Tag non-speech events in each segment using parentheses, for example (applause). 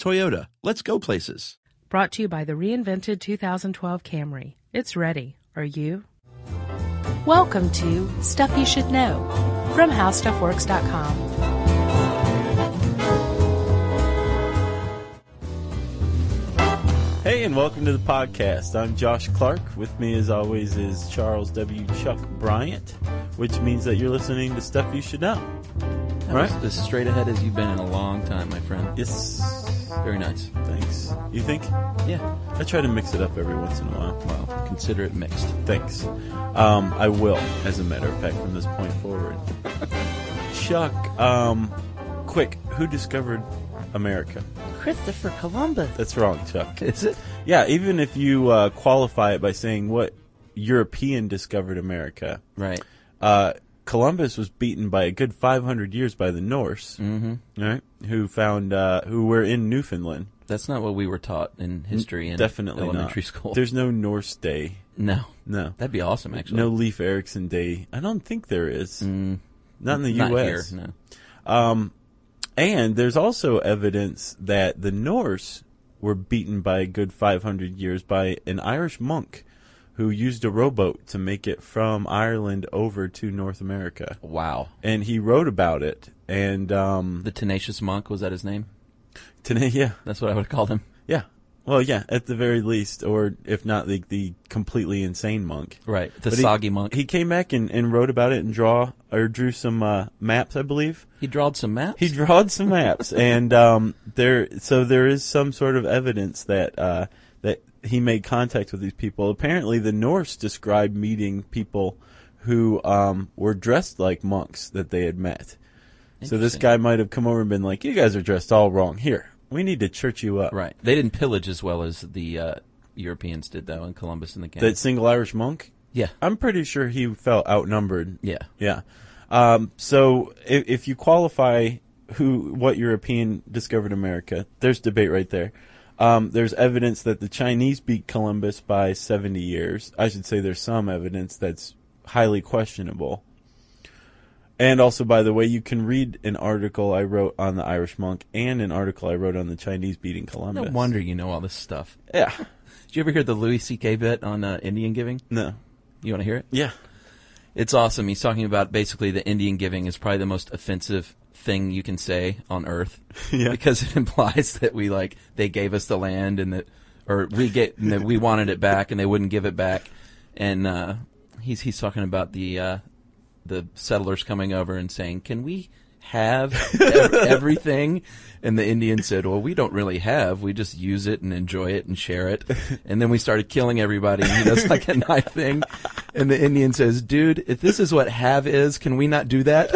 Toyota, let's go places. Brought to you by the reinvented 2012 Camry. It's ready. Are you? Welcome to Stuff You Should Know from HowStuffWorks.com. Hey, and welcome to the podcast. I'm Josh Clark. With me, as always, is Charles W. Chuck Bryant, which means that you're listening to Stuff You Should Know. That Right. was as straight ahead as you've been in a long time, my friend. Yes. Very nice. Thanks. You think? Yeah. I try to mix it up every once in a while. Well, consider (laughs) it mixed. Thanks. Um, I will, as a matter of fact, from this point forward. Chuck, um, quick, who discovered America? Christopher Columbus. That's wrong, Chuck. Is it? Yeah, even if you uh, qualify it by saying what European discovered America, Right. uh, Columbus was beaten by a good 500 years by the Norse, mm-hmm. right? Who found uh, who were in Newfoundland. That's not what we were taught in history in Definitely elementary not. school. There's no Norse Day. (laughs) no. No. That'd be awesome, actually. No Leif Erikson Day. I don't think there is. Not in the Mm. Not U.S. here. No. And there's also evidence that the Norse were beaten by a good 500 years by an Irish monk who used a rowboat to make it from Ireland over to North America. Wow. And he wrote about it. And um, The tenacious monk was that his name? today, yeah, That's what I would call him. yeah, well, yeah, at the very least, or if not, the the completely insane monk. Right. The But he- soggy monk. He He, came back and, and wrote about it and draw or drew some uh, maps, I believe. drawed some maps. he drawed some (laughs) maps, and um, there. So there is some sort of evidence that uh, that he made contact with these people. Apparently, the Norse described meeting people who um, were dressed like monks that they had met. So this Interesting. guy might have come over and been like, "You guys are dressed all wrong. Here, we need to church you up." Right. They didn't pillage as well as the uh, Europeans did, though, in Columbus and the Canada. That single Irish monk. yeah. I'm pretty sure he felt outnumbered. Yeah. Yeah. Um, so if, if you qualify who what European discovered America, there's debate right there. Um, there's evidence that the Chinese beat Columbus by 70 years. I should say there's some evidence that's highly questionable. And also, by the way, you can read an article I wrote on the Irish monk and an article I wrote on the Chinese beating No Columbus. wonder you know all this stuff. Yeah. Did you ever hear the Louis C.K. bit on uh, Indian giving? No. You want to hear it? Yeah. It's awesome. He's talking about basically the Indian giving is probably the most offensive thing you can say on earth (laughs) Yeah. because it (laughs) implies that we like they gave us the land and that or we get and that we wanted it back and they wouldn't give it back and uh, he's he's talking about the uh, the settlers coming over and saying can we have ev- everything and the Indians said well we don't really have we just use it and enjoy it and share it and then we started killing everybody and he does like a knife thing and the Indian says dude if this is what have is can we not do that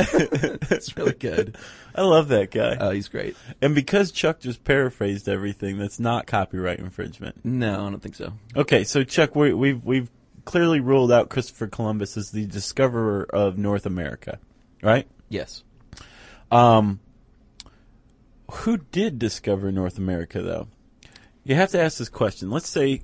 (laughs) it's really good I love that guy. oh he's great and because Chuck just paraphrased everything, that's not copyright infringement. no I don't think so Okay, so Chuck, we, we've we've clearly ruled out Christopher Columbus as the discoverer of North America, right? yes Who did discover North America, though? You have to ask this question. Let's say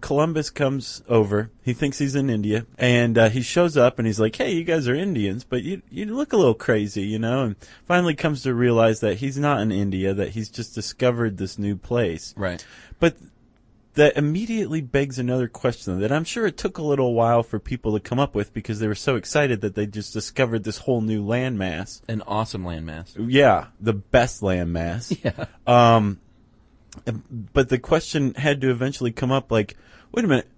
Columbus comes over. He thinks he's in India, and uh, he shows up, and he's like, "Hey, you guys are Indians, but you you look a little crazy, you know." And finally comes to realize that he's not in India; that he's just discovered this new place. Right. But that immediately begs another question that I'm sure it took a little while for people to come up with because they were so excited that they just discovered this whole new landmass. An awesome landmass. Yeah, the best landmass. Yeah. Um, But the question had to eventually come up like, wait a minute,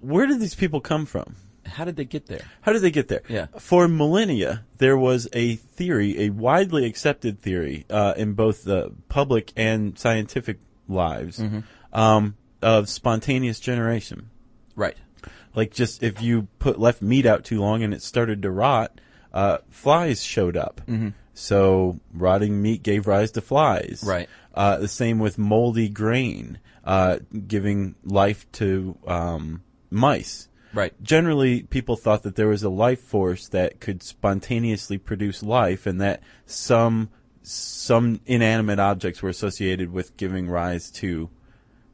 where did these people come from? How did they get there? How did they get there? Yeah. For millennia, there was a theory, a widely accepted theory uh, in both the public and scientific lives Mm-hmm. um, of spontaneous generation. Right. Like just if you put left meat out too long and it started to rot, uh, flies showed up. Mm-hmm. So rotting meat gave rise to flies. Right. Uh, the same with moldy grain, uh, giving life to um, mice. Right. Generally, people thought that there was a life force that could spontaneously produce life, and that some some inanimate objects were associated with giving rise to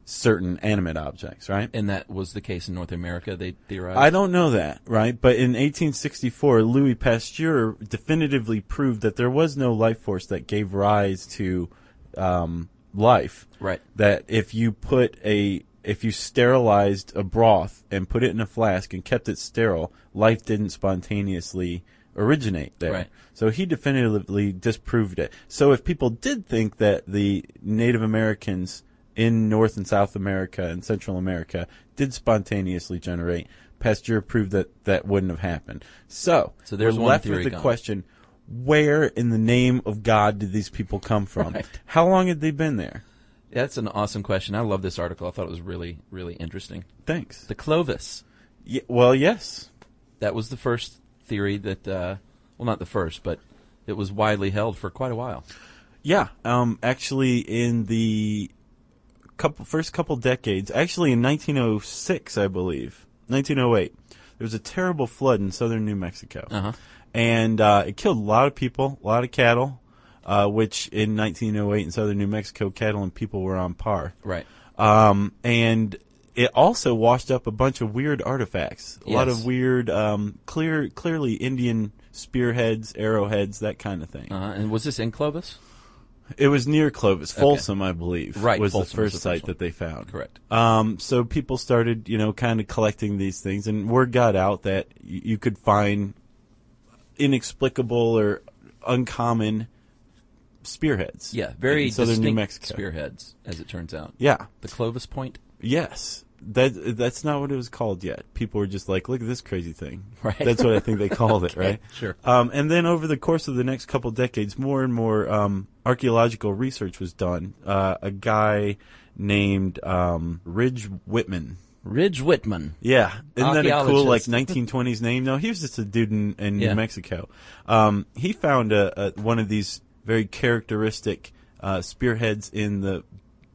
certain animate objects. Right. And that was the case in North America. They theorized. I don't know that, right? But in 1864, Louis Pasteur definitively proved that there was no life force that gave rise to um, life. Right. That if you put a if you sterilized a broth and put it in a flask and kept it sterile, life didn't spontaneously originate there. Right. So he definitively disproved it. So if people did think that the Native Americans in North and South America and Central America did spontaneously generate, Pasteur proved that that wouldn't have happened. So, So there's we're one left theory with the gone. question, where in the name of God did these people come from? (laughs) Right. How long had they been there? That's an awesome question. I love this article. I thought it was really, really interesting. Thanks. The Clovis. Ye- well, yes. That was the first theory that, uh, well, not the first, but it was widely held for quite a while. Yeah, um, actually, in the couple first couple decades, actually in 1906, I believe, 1908, there was a terrible flood in southern New Mexico, Uh-huh. and uh, it killed a lot of people, a lot of cattle, uh, which in 1908 in southern New Mexico, cattle and people were on par. Right. Um, and it also washed up a bunch of weird artifacts, a lot Yes. of weird, um, clear, clearly Indian spearheads, arrowheads, that kind of thing. Uh, and was this in Clovis? It was near Clovis, Folsom, I believe. Right, was the Folsom was first the first site one. that they found. Correct. Um, so people started, you know, kind of collecting these things, and word got out that y- you could find inexplicable or uncommon spearheads. Yeah. Very in southern distinct New Mexico. spearheads, as it turns out. Yeah. The Clovis Point. Yes. That that's not what it was called yet. People were just like, "Look at this crazy thing." (laughs) Right. That's what I think (laughs) they called it, right? sure. Um, and then over the course of the next couple decades, more and more um, archaeological research was done. Uh, a guy named um, Ridge Whitman. Ridge Whitman. Yeah, isn't that a cool like Archaeologist. 1920s name? No, he was just a dude in, in Yeah. New Mexico. Um, he found a, a, one of these very characteristic uh, spearheads in the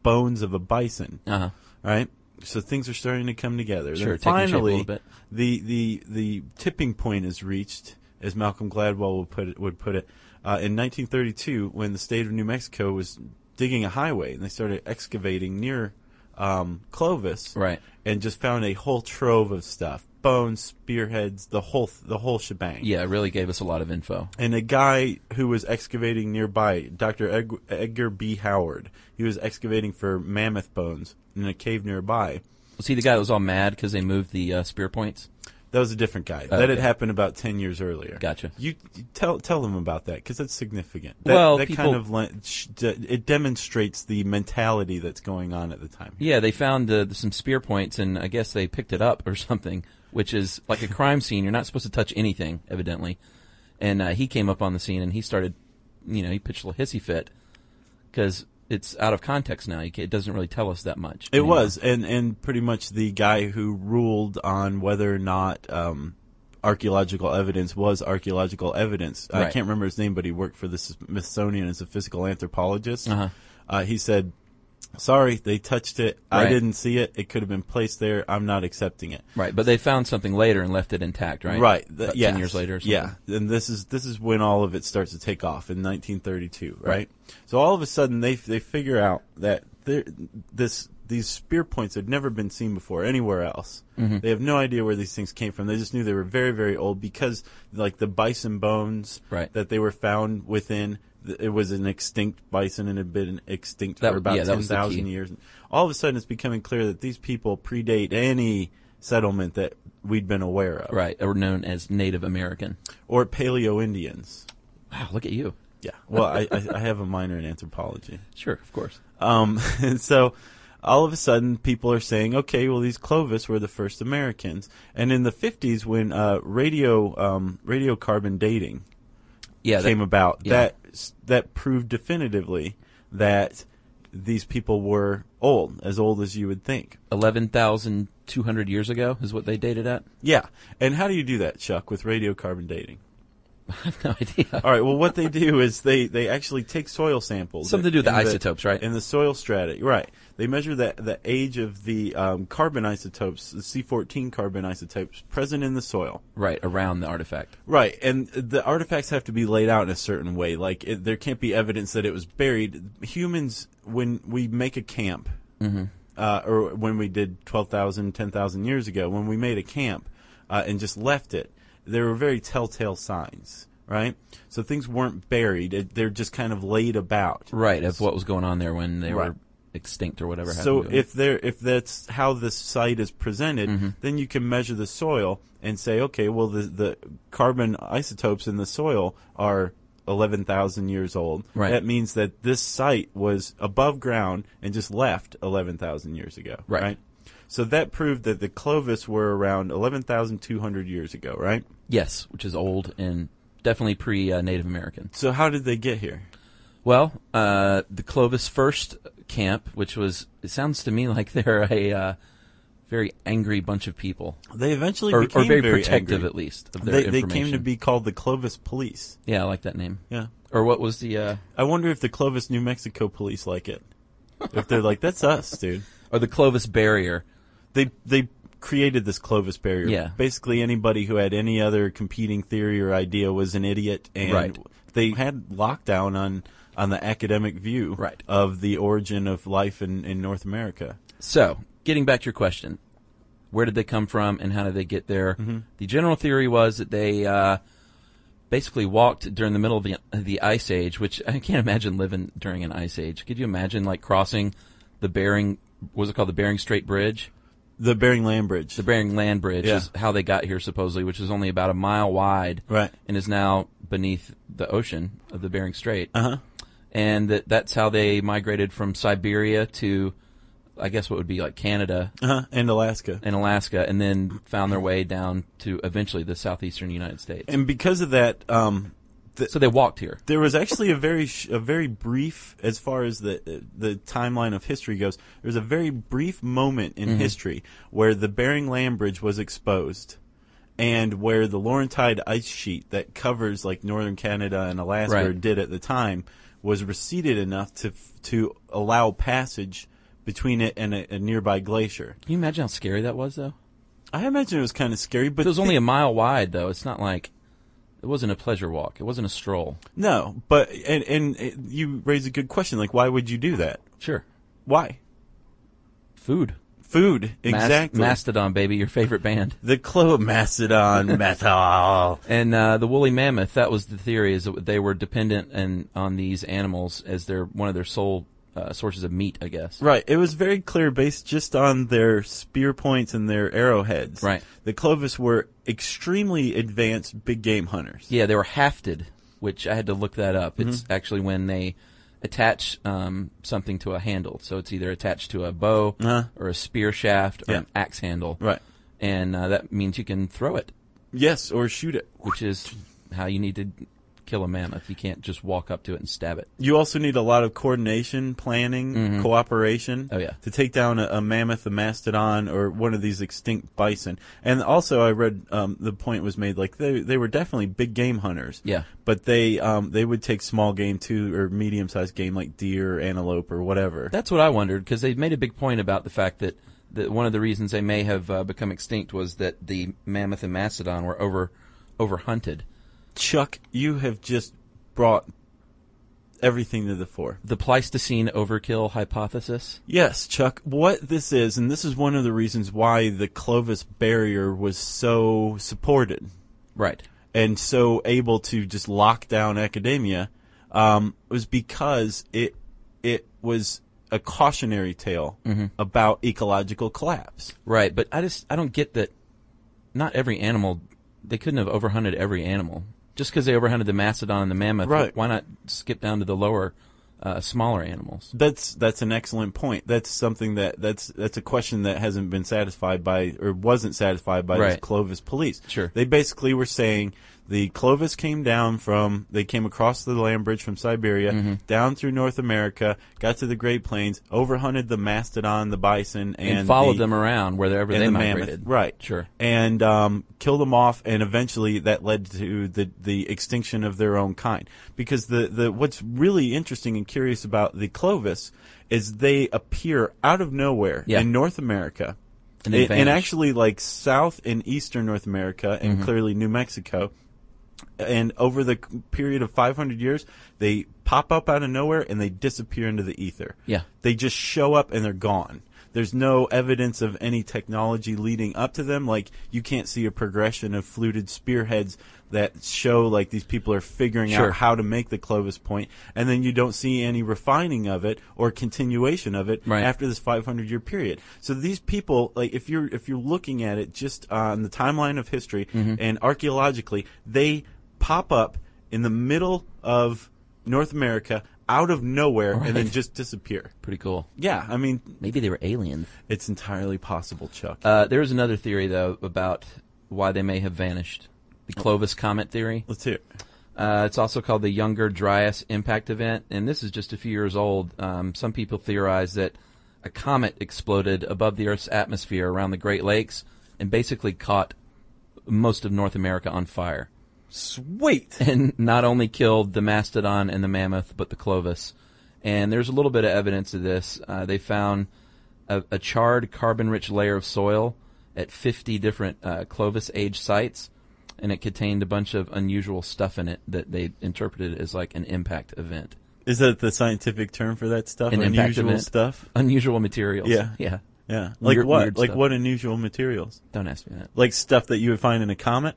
bones of a bison. Uh huh. Right? So things are starting to come together. Then Sure, taking shape a finally, little bit. the the the tipping point is reached, as Malcolm Gladwell would put it. Would put it uh, in 1932 when the state of New Mexico was digging a highway and they started excavating near um, Clovis, Right. and just found a whole trove of stuff: bones, spearheads, the whole the whole shebang. Yeah, it really gave us a lot of info. And a guy who was excavating nearby, Dr. Ed- Edgar B. Howard, he was excavating for mammoth bones in a cave nearby. Was he the guy that was all mad because they moved the uh, spear points? That was a different guy. That had Okay. happened about ten years earlier. Gotcha. You, you tell tell them about that because that's significant. That, Well, that people- kind of le- sh- de- it demonstrates the mentality that's going on at the time. Yeah, they found uh, some spear points, and I guess they picked it up or something, which is like a crime scene. You're not supposed to touch anything, evidently. And uh, he came up on the scene, and he started, you know, he pitched a little hissy fit because it's out of context now. You ca- It doesn't really tell us that much. It anymore. was, and and pretty much the guy who ruled on whether or not um, archaeological evidence was archaeological evidence. I Right. can't remember his name, but he worked for the Smithsonian as a physical anthropologist. Uh-huh. Uh, he said, "Sorry, they touched it. I Right. didn't see it. It could have been placed there. I'm not accepting it." Right, but they found something later and left it intact, right? th- About yeah. Ten years later or something. Yeah. And this is this is when all of it starts to take off in 1932, right? So all of a sudden they they figure out that there- this these spear points had never been seen before anywhere else. Mm-hmm. They have no idea where these things came from. They just knew they were very very old because like the bison bones Right. that they were found within th- it was an extinct bison and had been extinct That- for about yeah, that was the 10,000 key. years. All of a sudden it's becoming clear that these people predate any settlement that we'd been aware of Right, or known as Native American. or paleo Indians. Wow, look at you. Yeah. Well, I, I, I have a minor in anthropology. (laughs) Sure, of course. Um, and so all of a sudden people are saying, okay, well these Clovis were the first Americans. And in the 50s when uh, radio um, radiocarbon dating Yeah, came that- about, yeah. that that proved definitively that these people were old, as old as you would think. eleven thousand two hundred years ago is what they dated at. (laughs) Yeah. And how do you do that, Chuck, with radiocarbon dating? I have no idea. All right. Well, what they do is they, they actually take soil samples. Something to do with in the isotopes, right? In the soil strata, right? They measure the the age of the um, carbon isotopes, the C14 carbon isotopes present in the soil. Right around the artifact. Right, and the artifacts have to be laid out in a certain way. Like it, there can't be evidence that it was buried. Humans, when we make a camp, uh, or when we did 12,000, 10,000 years ago, when we made a camp uh, and just left it, there were very telltale signs. Right, so things weren't buried; It- they're just kind of laid about. Right of what was going on there when they Right. were extinct or whatever. happened So to them. if there if that's how the site is presented, Mm-hmm. then you can measure the soil and say, okay, well the the carbon isotopes in the soil are eleven thousand years old. Right. That means that this site was above ground and just left eleven thousand years ago. Right. So that proved that the Clovis were around eleven thousand two hundred years ago, right? yes, which is old and definitely pre uh, Native American. So how did they get here? Well, uh, the Clovis First camp, which was, it sounds to me (laughs) like they're a uh, very angry bunch of people, They eventually or, or became very, very protective angry. at least of their They, they information. came to be called the Clovis Police. yeah, I like that name. Yeah. Or what was the, uh, I wonder if the Clovis, New Mexico police like it. If they're like, that's us, dude. or the Clovis Barrier? They they created this Clovis barrier. Yeah. Basically, anybody who had any other competing theory or idea was an idiot, and Right. they had lockdown on on the academic view Right. of the origin of life in, in North America. So, getting back to your question, where did they come from and how did they get there? Mm-hmm. The general theory was that they uh, basically walked during the middle of the, the ice age, which I can't imagine living during an ice age. Could you imagine like crossing the Bering, what was it called, the Bering Strait Bridge? The Bering Land Bridge. The Bering Land Bridge Yeah. is how they got here supposedly, which is only about a mile wide Right. and is now beneath the ocean of the Bering Strait. Uh-huh. And that, that's how they migrated from Siberia to, I guess what would be like Canada uh And Alaska. in Alaska, and then found their way down to eventually the southeastern United States. And because of that, um, so they walked here. There was actually a very sh- a very brief, as far as the the timeline of history goes. There was a very brief moment in history where the Bering Land Bridge was exposed, and where the Laurentide ice sheet that covers like northern Canada and Alaska Right. or did at the time was receded enough to f- to allow passage between it and a, a nearby glacier. Can you imagine how scary that was, though? I imagine it was kind of scary, but It was only a mile wide, though. It's not like it wasn't a pleasure walk. It wasn't a stroll. no, but and and uh, you raise a good question. Like, why would you do that? Sure, Why? food. Food, Mas- exactly. Mastodon, baby, your favorite band, The Clo (laughs) Mastodon Methyl. and uh, the woolly mammoth. That was the theory: is that they were dependent and on these animals as their one of their sole uh, sources of meat. I guess. Right. It was very clear based just on their spear points and their arrowheads. Right. The Clovis were extremely advanced big game hunters. Yeah, they were hafted, which I had to look that up. It's Mm-hmm. actually when they attach um, something to a handle. So it's either attached to a bow Uh-huh. or a spear shaft or Yeah. an axe handle. Right. And uh, that means you can throw it, Yes, or shoot it. which is how you need to kill a mammoth. You can't just walk up to it and stab it. You also need a lot of coordination, planning, cooperation. Mm-hmm. Oh, yeah. To take down a, a mammoth, a mastodon, or one of these extinct bison. And also, I read um, the point was made like they they were definitely big game hunters. Yeah. But they um, they would take small game too, or medium sized game like deer, or antelope, or whatever. That's what I wondered because they made a big point about the fact that, that one of the reasons they may have uh, become extinct was that the mammoth and mastodon were over over hunted. Chuck, you have just brought everything to the fore. The Pleistocene overkill hypothesis. Yes, Chuck, what this is, and this is one of the reasons why the Clovis barrier was so supported Right. and so able to just lock down academia, um, was because it it was a cautionary tale about ecological collapse. Right, but I just I don't get that. Not every animal. They couldn't have overhunted every animal just because they overhunted the mastodon and the mammoth. Right. Why not skip down to the lower uh, smaller animals. That's that's an excellent point. That's something that that's that's a question that hasn't been satisfied by or wasn't satisfied by these Right. Clovis police. Sure. They basically were saying the Clovis came down from they came across the land bridge from Siberia Mm-hmm. down through North America, got to the Great Plains, overhunted the mastodon, the bison, and, And, followed the- them around wherever and they the migrated. mammoth, right? Sure. and um, kill them off, and eventually that led to the the extinction of their own kind. Because the the what's really interesting and curious about the Clovis is they appear out of nowhere Yeah. in North America, And they and, and vanish. Mm-hmm. actually like South and Eastern North America, and clearly New Mexico. And over the c- period of 500 years, they pop up out of nowhere and they disappear into the ether. Yeah. They just show up and they're gone. There's no evidence of any technology leading up to them. Like you can't see a progression of fluted spearheads that show like these people are figuring Sure. out how to make the Clovis point, and then you don't see any refining of it or continuation of it Right. after this 500 year period. So these people, like if you're if you're looking at it just on the timeline of history Mm-hmm. and archaeologically, they pop up in the middle of North America out of nowhere and then Right. just disappear. Pretty cool. Yeah, I mean, Maybe they were aliens. it's entirely possible, Chuck. Uh, there is another theory though about why they may have vanished. The Oh. Clovis comet theory. Let's hear. it. Uh, it's also called the Younger Dryas Impact Event, and this is just a few years old. Um, some people theorize that a comet exploded above the Earth's atmosphere around the Great Lakes and basically caught most of North America on fire, Sweet. and not only killed the mastodon and the mammoth, but the Clovis. And there's a little bit of evidence of this. Uh, they found a, a charred, carbon-rich layer of soil at 50 different uh, Clovis-age sites, and it contained a bunch of unusual stuff in it that they interpreted as like an impact event, Is that the scientific term for that stuff? An impact unusual event. stuff. unusual materials. Yeah. yeah. Yeah. Like Weird- what? weird Like stuff. what unusual materials? Don't ask me that. Like stuff that you would find in a comet.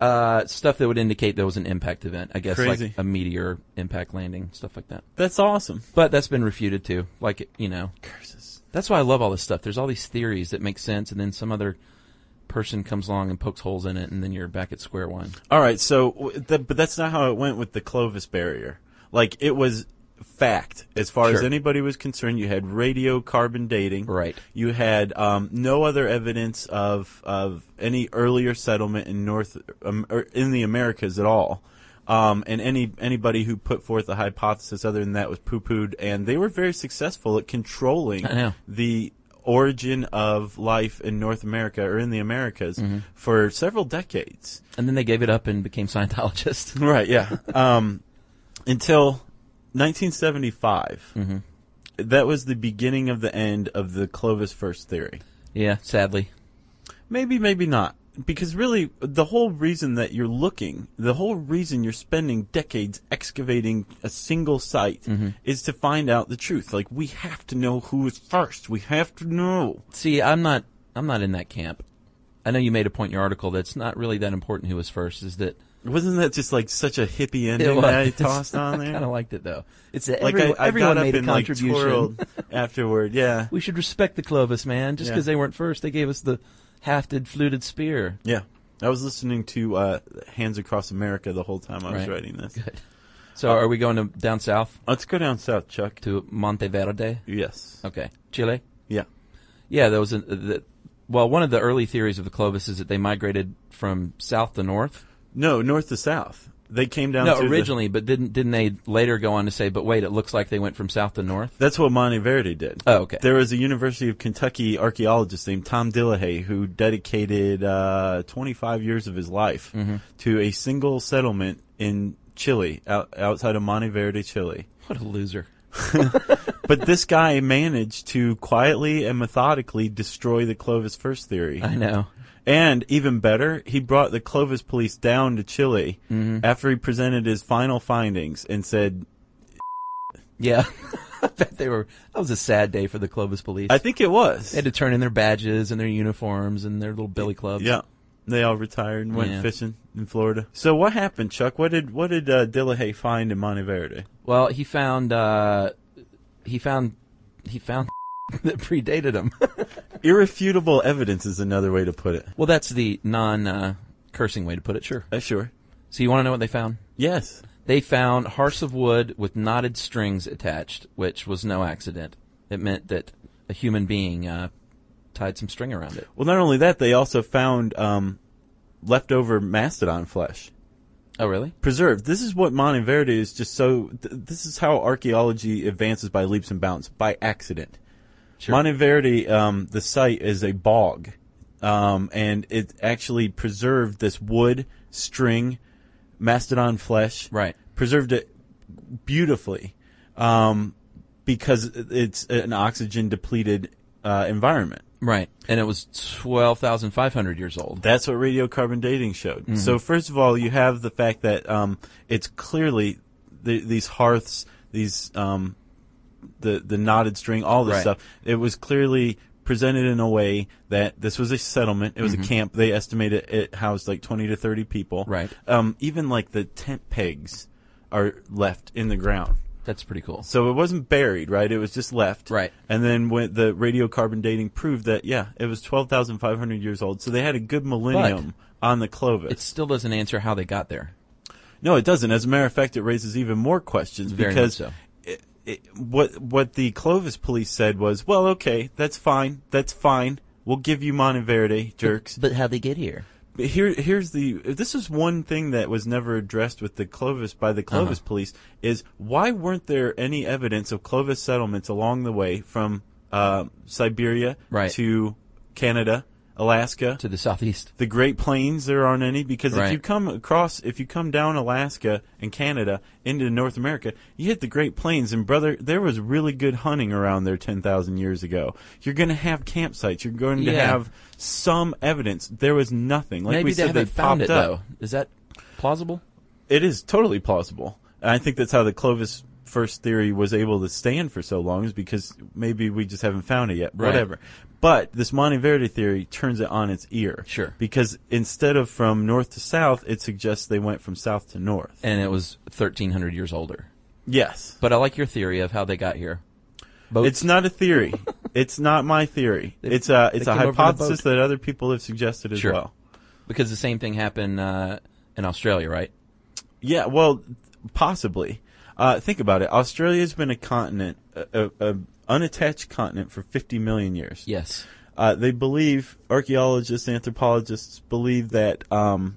Uh, stuff that would indicate there was an impact event. I guess Crazy. like a meteor impact landing, stuff like that. That's awesome. But that's been refuted too. Like you know, Curses. that's why I love all this stuff. There's all these theories that make sense, and then some other person comes along and pokes holes in it, and then you're back at square one. All right. So, w- that, but that's not how it went with the Clovis barrier. Like it was fact as far as Sure. anybody was concerned. You had radiocarbon dating. Right. You had um, no other evidence of of any earlier settlement in North um, or in the Americas at all. Um, and any anybody who put forth a hypothesis other than that was poo pooed, and they were very successful at controlling I know. the origin of life in North America or in the Americas Mm-hmm. for several decades. And then they gave it up and became (laughs) Scientologists. Right, yeah. um, until 1975. Mm-hmm. That was the beginning of the end of the Clovis first theory. Yeah, sadly. Maybe, maybe not. Because really, the whole reason that you're looking, the whole reason you're spending decades excavating a single site Mm-hmm. is to find out the truth. Like, we have to know who was first. We have to know. See, I'm not I'm not in that camp. I know you made a point in your article that's not really that important who was first, is that Wasn't that just like such a hippie ending was. that (laughs) I tossed on I there? kinda liked it though. It's that like, everyone, I, I everyone got up made a and like contribution. twirled afterward. Yeah. we should respect the Clovis, man. Just Yeah. because they weren't first, they gave us the hafted fluted spear. Yeah. I was listening to uh, Hands Across America the whole time I was Right. writing this. Good. So are we going to down south Let's go down south, Chuck. to Monteverde? Yes. Okay. Chile? Yeah. Yeah, there was a, the, well, one of the early theories of the Clovis is that they migrated from south to north. No, north to south. They came down. No, through the- originally, but didn't didn't they later go on to say, but wait, it looks like they went from south to north? that's what Monteverde did. Oh, okay. There was a University of Kentucky archaeologist named Tom Dillahay who dedicated uh, 25 years of his life Mm-hmm. to a single settlement in Chile, out, outside of Monteverde, Chile. What a loser. but this guy managed to quietly and methodically destroy the Clovis first theory. (laughs) I know. And even better, he brought the Clovis police down to Chile after he presented his final findings and said, Yeah. (laughs) I bet they were that was a sad day for the Clovis police. I think it was. they had to turn in their badges and their uniforms and their little billy clubs. yeah. They all retired and went Yeah. fishing in Florida. So what happened, Chuck? What did what did uh, Dillahay find in Monteverde? Well, he found uh he found he found (laughs) that predated him. Irrefutable evidence is another way to put it. well, that's the non uh, cursing way to put it, sure. Uh, sure. So you want to know what they found? Yes. They found hearts of wood with knotted strings attached, which was no accident. It meant that a human being uh, tied some string around it. Well, not only that, they also found um, leftover mastodon flesh Oh, really? preserved. This is what Monte Verde is just so. Th- this is how archaeology advances by leaps and bounds by accident. Sure. Monte Verde, um, the site is a bog, um, and it actually preserved this wood, string, mastodon flesh. Right. Preserved it beautifully, um, because it's an oxygen depleted uh, environment. Right. And it was 12,500 years old. That's what radiocarbon dating showed. Mm-hmm. So first of all, you have the fact that um, it's clearly the, these hearths, these um, the the knotted string, all this Right. stuff. It was clearly presented in a way that this was a settlement. It was Mm-hmm. a camp. They estimated it housed like twenty to thirty people. Right. Um, even like the tent pegs are left in the ground. That's pretty cool. So it wasn't buried, right? It was just left. Right. And then when the radiocarbon dating proved that, yeah, it was 12,500 years old. So they had a good millennium on the Clovis. It still doesn't answer how they got there. no, it doesn't. As a matter of fact, it raises even more questions Very much because so. it, it, what, what the Clovis police said was, well, okay, that's fine. That's fine. We'll give you Monteverde, jerks. But how they get here? But here, here's the. This is one thing that was never addressed with the Clovis by the Clovis police is why weren't there any evidence of Clovis settlements along the way from uh, Siberia Right. to Canada, Alaska, To the southeast. the Great Plains? There aren't any because if Right. you come across, if you come down Alaska and Canada into North America, you hit the Great Plains, and brother, there was really good hunting around there ten thousand years ago. You're going to have campsites. You're going to Yeah. have some evidence. There was nothing. Like Maybe we they said, haven't they found popped it, up. though. Is that plausible? It is totally plausible. And I think that's how the Clovis first theory was able to stand for so long is because maybe we just haven't found it yet. Right. Whatever. But this Monte Verde theory turns it on its ear. Sure. Because instead of from north to south, it suggests they went from south to north. And it was 1,300 years older. Yes. But I like your theory of how they got here. Boats. It's not a (laughs) theory. it's not my theory. it's a it's they a came over in a hypothesis boat. that other people have suggested as Sure. well. because the same thing happened uh, in Australia, right? Yeah, well, possibly. Uh, think about it. Australia's been a continent, a, a, a unattached continent for 50 million years. Yes. Uh, they believe archaeologists, anthropologists believe that um,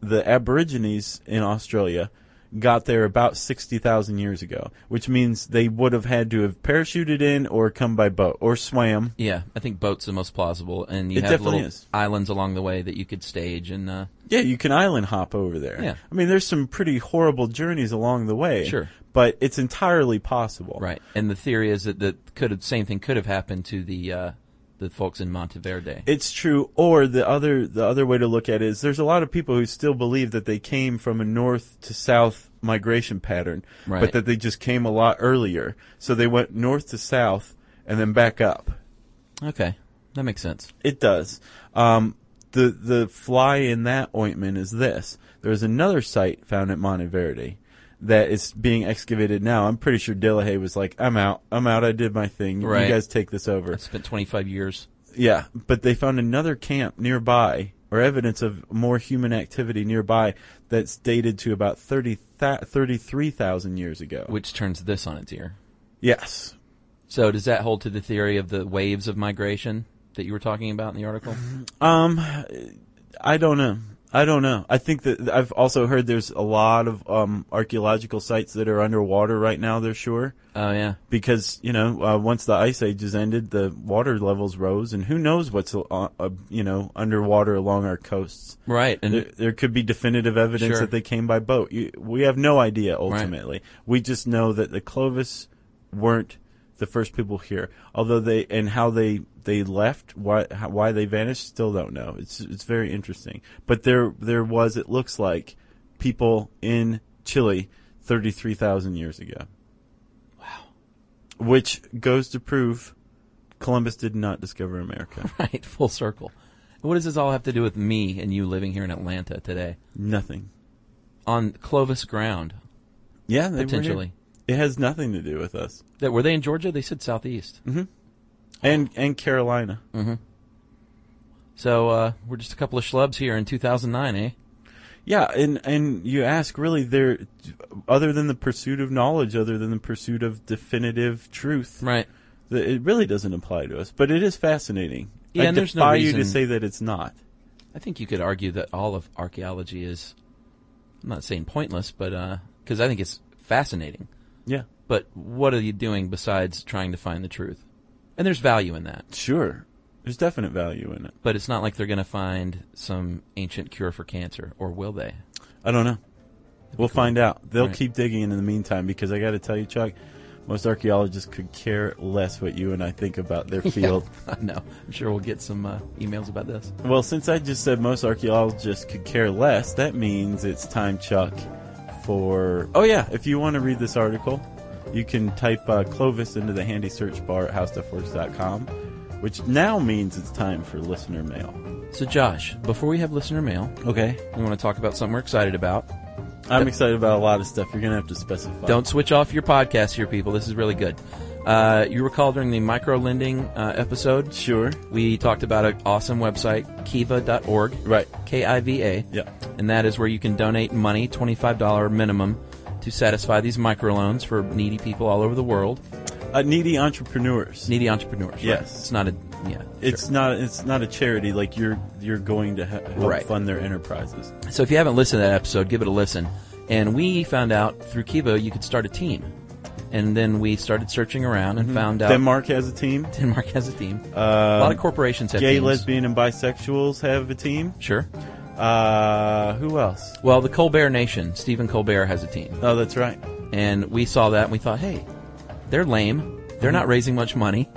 the Aborigines in Australia got there about 60,000 years ago, which means they would have had to have parachuted in or come by boat or swam. Yeah, I think boats are the most plausible, and you It have definitely little is. islands along the way that you could stage, and uh, Yeah, you can island hop over there. Yeah. I mean, there's some pretty horrible journeys along the way. Sure. But it's entirely possible. right. And the theory is that the could have, same thing could have happened to the uh, the folks in Monteverde. It's true. Or the other the other way to look at it is there's a lot of people who still believe that they came from a north to south migration pattern, Right. but that they just came a lot earlier. So they went north to south and then back up. okay, that makes sense. It does. Um, the the fly in that ointment is this. There's another site found at Monte Verde that is being excavated now. I'm pretty sure Dillahay was like, "I'm out. I'm out. I did my thing. Right. You guys take this over." I spent 25 years. Yeah, but they found another camp nearby, or evidence of more human activity nearby that's dated to about 30, 33,000 years ago. which turns this on its ear. yes. So does that hold to the theory of the waves of migration that you were talking about in the article? Um, I don't know. I don't know. I think that I've also heard there's a lot of um, archaeological sites that are underwater right now. They're sure oh yeah, because you know uh, once the ice ages ended, the water levels rose, and who knows what's uh, uh, you know underwater along our coasts. right. And There, there could be definitive evidence Sure. that they came by boat. You, we have no idea ultimately. We just know that the Clovis weren't the first people here. Although they and how they they left, why how, why they vanished, still don't know. It's it's very interesting. But there there was it looks like people in Chile thirty three thousand years ago. Wow, which goes to prove Columbus did not discover (laughs) America. (laughs) right, full circle. What does this all have to do with me and you living here in Atlanta today Nothing. on Clovis ground? Yeah, they were here. Potentially. It has nothing to do with us. That were they in Georgia? They said southeast. Mm-hmm. and and Carolina. So uh, we're just a couple of schlubs here in 2009, eh? Yeah, and and you ask really there, other than the pursuit of knowledge, other than the pursuit of definitive truth, Right. th- it really doesn't apply to us. But it is fascinating. Yeah, I and there's no defy you to reason- say that it's not. I think you could argue that all of archaeology is, I'm not saying pointless, but because I think it's fascinating. Yeah, But what are you doing besides trying to find the truth? And there's value in that. sure. There's definite value in it. But it's not like they're going to find some ancient cure for cancer, or will they? (laughs) I don't know. We'll find out. They'll Right. keep digging in the meantime because I got to tell you, Chuck, most archaeologists could care less what you and I think about (laughs) their field. no, I'm sure we'll get some uh, emails about this. Well, since I just said most archaeologists could care less, that means it's time, Chuck, for. Oh, yeah, if you want to read this article, you can type uh, Clovis into the handy search bar at howstuffworks.com, which now means it's time for listener mail. So, Josh, before we have listener mail, Okay. we want to talk about something we're excited about. I'm excited about a lot of stuff. You're going to have to specify. Don't switch off your podcast here, people. This is really good. Uh, you recall during the micro lending uh, episode, Sure. we talked about an awesome website, kiva.org. Right. K I V A. Yeah. And that is where you can donate money, $25 minimum, to satisfy these microloans for needy people all over the world, Uh, needy entrepreneurs. needy entrepreneurs. right? Yes. It's not a, yeah. It's not. It's not a charity. Like you're. You're going to ha- help Right. fund their enterprises. So if you haven't listened to that episode, give it a listen. And we found out through Kiva you could start a team. And then we started searching around and found out Mm-hmm. Denmark has a team. (laughs) Denmark has a team. Uh, a lot of corporations have gay, teams. lesbian, and bisexuals have a team. Sure. Uh, who else? Well, the Colbert Nation, Stephen Colbert has a team. Oh, that's right. And we saw that and we thought, hey, they're lame. They're Mm-hmm. not raising much money.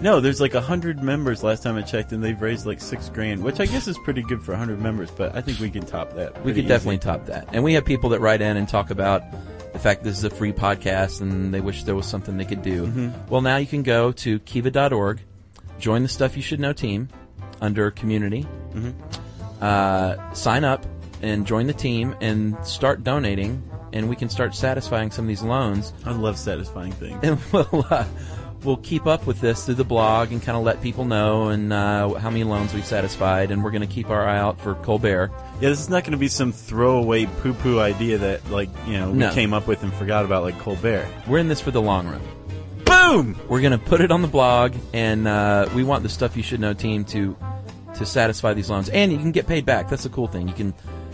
No, there's like a hundred members last time I checked, and they've raised like six grand, which I guess is pretty good for a hundred members. But I think we can top that. We pretty could definitely top that. And we have people that write in and talk about the fact this is a free podcast and they wish there was something they could do. Mm-hmm. Well, now you can go to kiva.org, join the Stuff You Should Know team under community, Mm-hmm. uh, sign up and join the team and start donating, and we can start satisfying some of these loans. easy. I love satisfying things. And (laughs) we'll, uh, we'll keep up with this through the blog and kind of let people know and uh, how many loans we've satisfied. And we're going to keep our eye out for Colbert. Yeah, this is not going to be some throwaway poo-poo idea that like you know we No. came up with and forgot about, like Colbert. We're in this for the long run. Boom! We're gonna put it on the blog, and uh, we want the stuff you should know team to to satisfy these loans, and you can get paid back. That's the cool thing. You can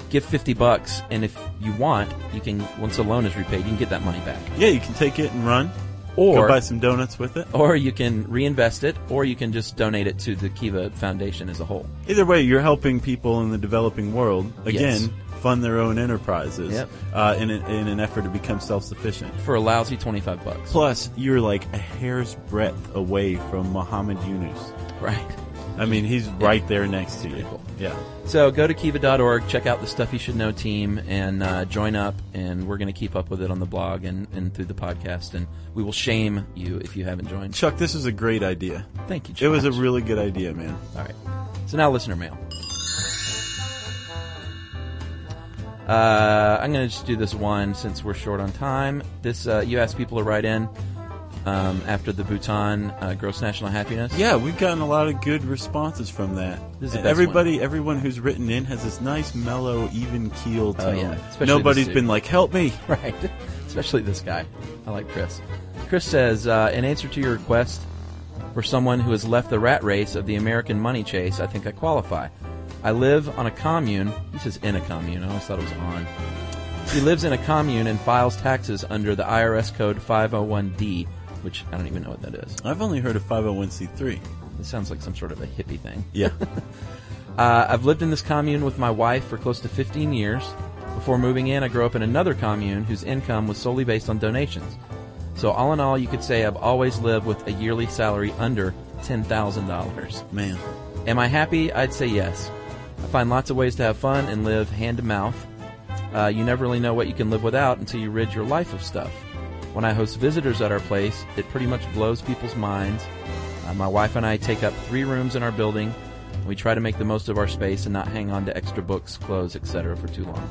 give fifty bucks, and if you want, you can once a loan is repaid, you can get that money back, Yeah, you can take it and run, or go buy some donuts with it. or you can reinvest it, or you can just donate it to the Kiva Foundation as a whole. Either way, you're helping people in the developing world again Yes. fund their own enterprises Yep. uh, in, a, in an effort to become self-sufficient. For a lousy twenty-five bucks, Plus, you're like a hair's breadth away from Muhammad Yunus. right? I mean, he's right there next to you. cool. Yeah. So go to kiva.org, check out the stuff you should know team, and uh, join up. And we're going to keep up with it on the blog and, and through the podcast. And we will shame you if you haven't joined. Chuck, this was a great idea. Thank you. Josh. It was a really good idea, man. all right. So now listener mail. Uh, I'm going to just do this one since we're short on time. This uh, you asked people to write in um, after the Bhutan uh, Gross National Happiness. Yeah, we've gotten a lot of good responses from that. This is the And best everybody, everyone who's written in has this nice, mellow, even keel Oh, tone. yeah. Especially Nobody's this dude. been like, "Help me." (laughs) Right. Especially this guy. I like Chris. Chris says, uh, in answer to your request for someone who has left the rat race of the American money chase, I think I qualify. I live on a commune. He says in a commune. I always thought it was on. He lives in a commune and files taxes under the IRS code 501D, which I don't even know what that is. I've only heard of 501c3. It sounds like some sort of a hippie thing. (laughs) Yeah. Uh, I've lived in this commune with my wife for close to 15 years. Before moving in, I grew up in another commune whose income was solely based on donations. So, all in all, you could say I've always lived with a yearly salary under $10,000. man. Am I happy? I'd say yes. I find lots of ways to have fun and live hand to mouth. Uh, you never really know what you can live without until you rid your life of stuff. When I host visitors at our place, it pretty much blows people's minds. Uh, my wife and I take up three rooms in our building. and We try to make the most of our space and not hang on to extra books, clothes, etc. for too long.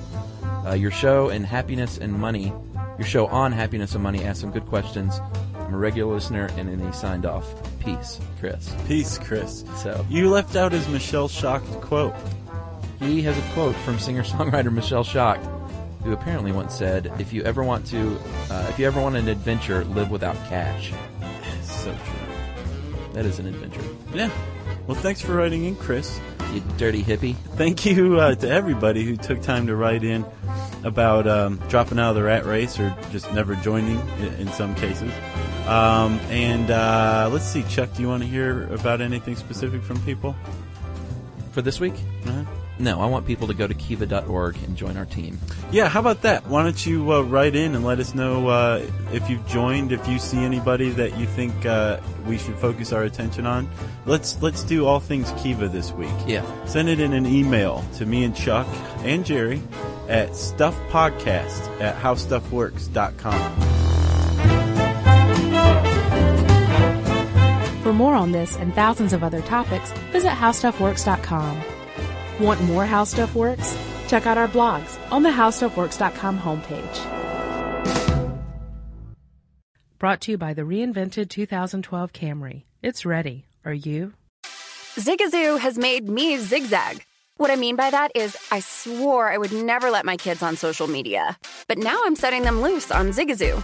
Uh, your show and happiness and money, your show on happiness and money, asked some good questions. I'm a regular listener, and then he signed off. Peace, Chris. Peace, Chris. So- you left out his Michelle Shocked quote. He has a quote from singer-songwriter Michelle Shock, who apparently once said, "If you ever want to, uh, if you ever want an adventure, live without cash." So true. That is an adventure. Yeah. Well, thanks for writing in, Chris. You dirty hippie. Thank you uh, to everybody who took time to write in about um, dropping out of the rat race or just never joining i- in some cases. Um, and uh, let's see, Chuck, do you want to hear about anything specific from people? For this week? Uh-huh. No, I want people to go to kiva.org and join our team. Yeah, how about that? Why don't you uh, write in and let us know uh, if you've joined, if you see anybody that you think uh, we should focus our attention on. Let's let's do all things Kiva this week. Yeah. Send it in an email to me and Chuck and Jerry at stuffpodcast at howstuffworks.com. For more on this and thousands of other topics, visit howstuffworks.com. Want more How Stuff Works? Check out our blogs on the howstuffworks.com homepage. Brought to you by the reinvented 2012 Camry. It's ready. Are you? Zigazoo has made me zigzag. What I mean by that is, I swore I would never let my kids on social media, but now I'm setting them loose on Zigazoo.